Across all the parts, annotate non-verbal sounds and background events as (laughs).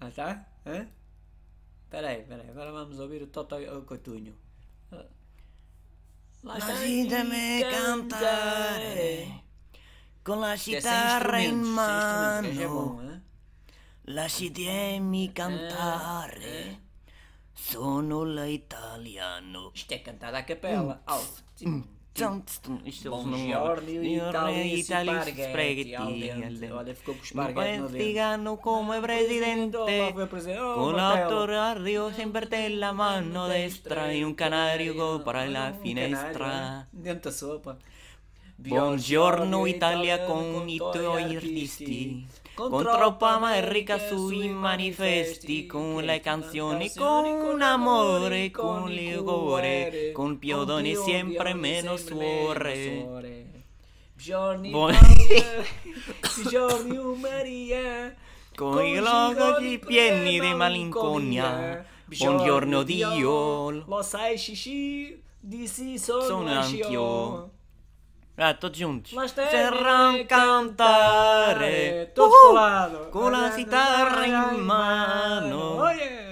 Ah, tá? Peraí, peraí, agora vamos ouvir o Toto Cotunho. Ah. Lá Mas ainda me cantare con la tá chitarra in É bom, mano. hein? Lasciatemi eh. cantare. Sono l'italiano. Isto é cantada à capela. Alto. Tum, tum, Isto eles não Buongiorno, Italia, Iorni, Italia, eh, spaghetti, al spaghetti. dente. Olha, ficou com Mi esparguete no buen dedo. cigano come presidente, Oh, come presidente. Oh, con Matteo. autoradio siempre te la mano destra y un canario para la Um finestra. canário, né? Dentro da sopa. Buongiorno Italia con i tuoi artisti, con troppa ma ricca sui manifesti, con le canzoni, con un amore, con rigore, con piodoni sempre meno suore. Giorni Buon- (laughs) Paolo, Giorni Maria, eh. Con i logoci pieni di malinconia, buongiorno Dio. lo sai Shishi, di sì sono, Sono anch'io. anch'io. Ah, todos juntos. Lá está Serran ele cantare, Todos Uhul! colados. Uh, con la chitarra in mano. Oye.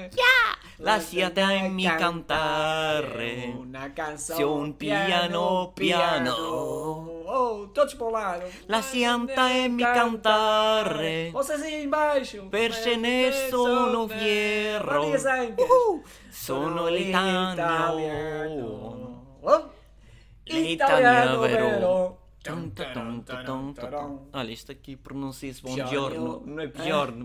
Lasciatemi cantare. Una canzone. Se eh. un piano, piano. Oh, todos colados. Lasciatemi cantare. Vocês aí embaixo. Eh. Per se ne sono fiero. Maria Zanca. Uhul! Sono l'italiano. Oh. L'italiano vero. vero. Tum, tum, tum, Ah, tum, tum, tum, tum. Olha, isto aqui pronuncia-se buongiorno. Buongiorno, eh? Buongiorno, buongiorno,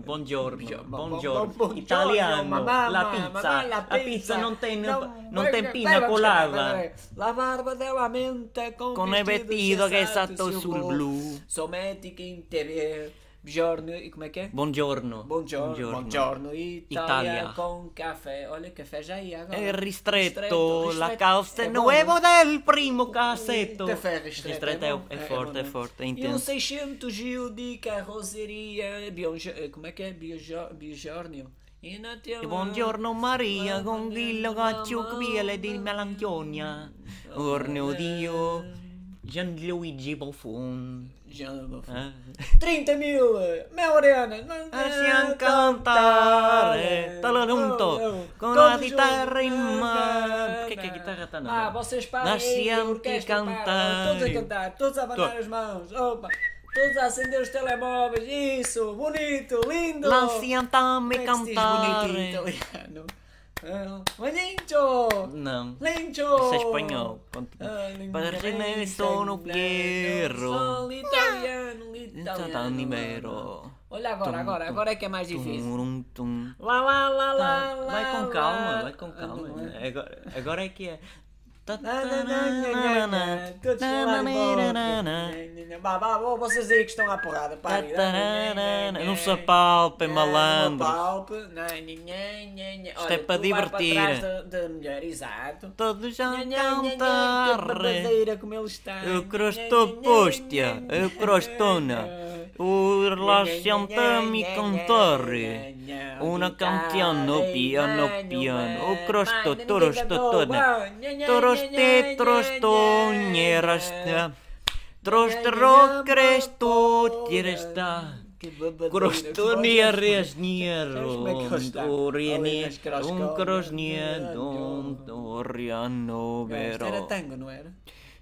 Buongiorno, buongiorno. buongiorno, Italiano, mamma, la mamma, la eh, pizza. A pizza non tem, Non- non tem guarda, pina guarda, colada. guarda, La barba della mente con, Con il vestito che è stato sul blu. Sometti che interior. Buongiorno, e com'è che è? Buongiorno. Buongiorno, buongiorno, Italia, Italia. con caffè. Olha il caffè già è agora. Il Ristretto, ristretto, la ristretto. causa È nuovo buono? del primo cassetto. Te ferri strette, Ristretto no? Eh, è, è forte, buono. è forte, è E un intenso. 600 giro di carrozzeria, biongio- eh, com'è che è? Biogio- Biogornio. In E attiamo- Buongiorno Maria, con Gillo Gaccio, Mamma Quiele di mia. Melanchonia. Orneo Dio, Gianluigi Buffon. Gian- Eh? 30 mila, Maureana, non Lasciam cantare. Tolo junto, con la chitarra in mano. Por que que a guitarra tá na Ah, mão? vocês param aí, Lasciam a orquestra para, cantare. Todos a cantar, todos a abanar as mãos, opa, todos a acender os telemóveis, isso, bonito, lindo. Lasciam Como é também que se diz bonito em cantare. italiano? Ah, Lincho! Não. Lincho! Isso é espanhol. Quanto- Ah, linda, Para René linda, sono linda, Piero. Sono l'italiano, Tantani l'italiano. vero. Olha agora, agora, agora é que é mais difícil. Tá, Tum, tum. Lá, lá, lá, lá, lá. Vai com calma, vai com Ah, não calma. é? Agora, agora é que é. Todos lá de volta. Vá, vá, vá, Vocês aí que estão à porrada, parem. Não se apalpem, Não, Um malandro. Não palpe, não, nhe, nhe, nhe. Isto Olha, é para tu vai divertir. Para trás da, da mulher, exato. Todos a Nhe, nhe, nhe, nhe, Que cantar. babadeira como ele está. Eu Nhe, crosto nhe, postia, nhe, nhe, eu crostona. nhe, O nhe, relaxantami nhe, nhe, cantare. nhe, Una nhe, cantiano nhe, piano nhe, piano. O nhe, crosto nhe, torostotona. nhe, nhe, nhe, Toroste nhe, nhe, trostogne nhe. rasta. Trostro cresto tiresta. Que babadeira. Krostonia Sabes como é que resnieron, ele está? Ali Oriene, nas croscas. un crosniedon, Oriano Isto era vero. tango, não era?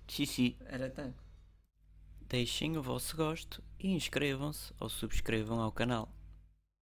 Sim, sim. Era tango. Deixem o vosso gosto e inscrevam-se ou subscrevam ao canal.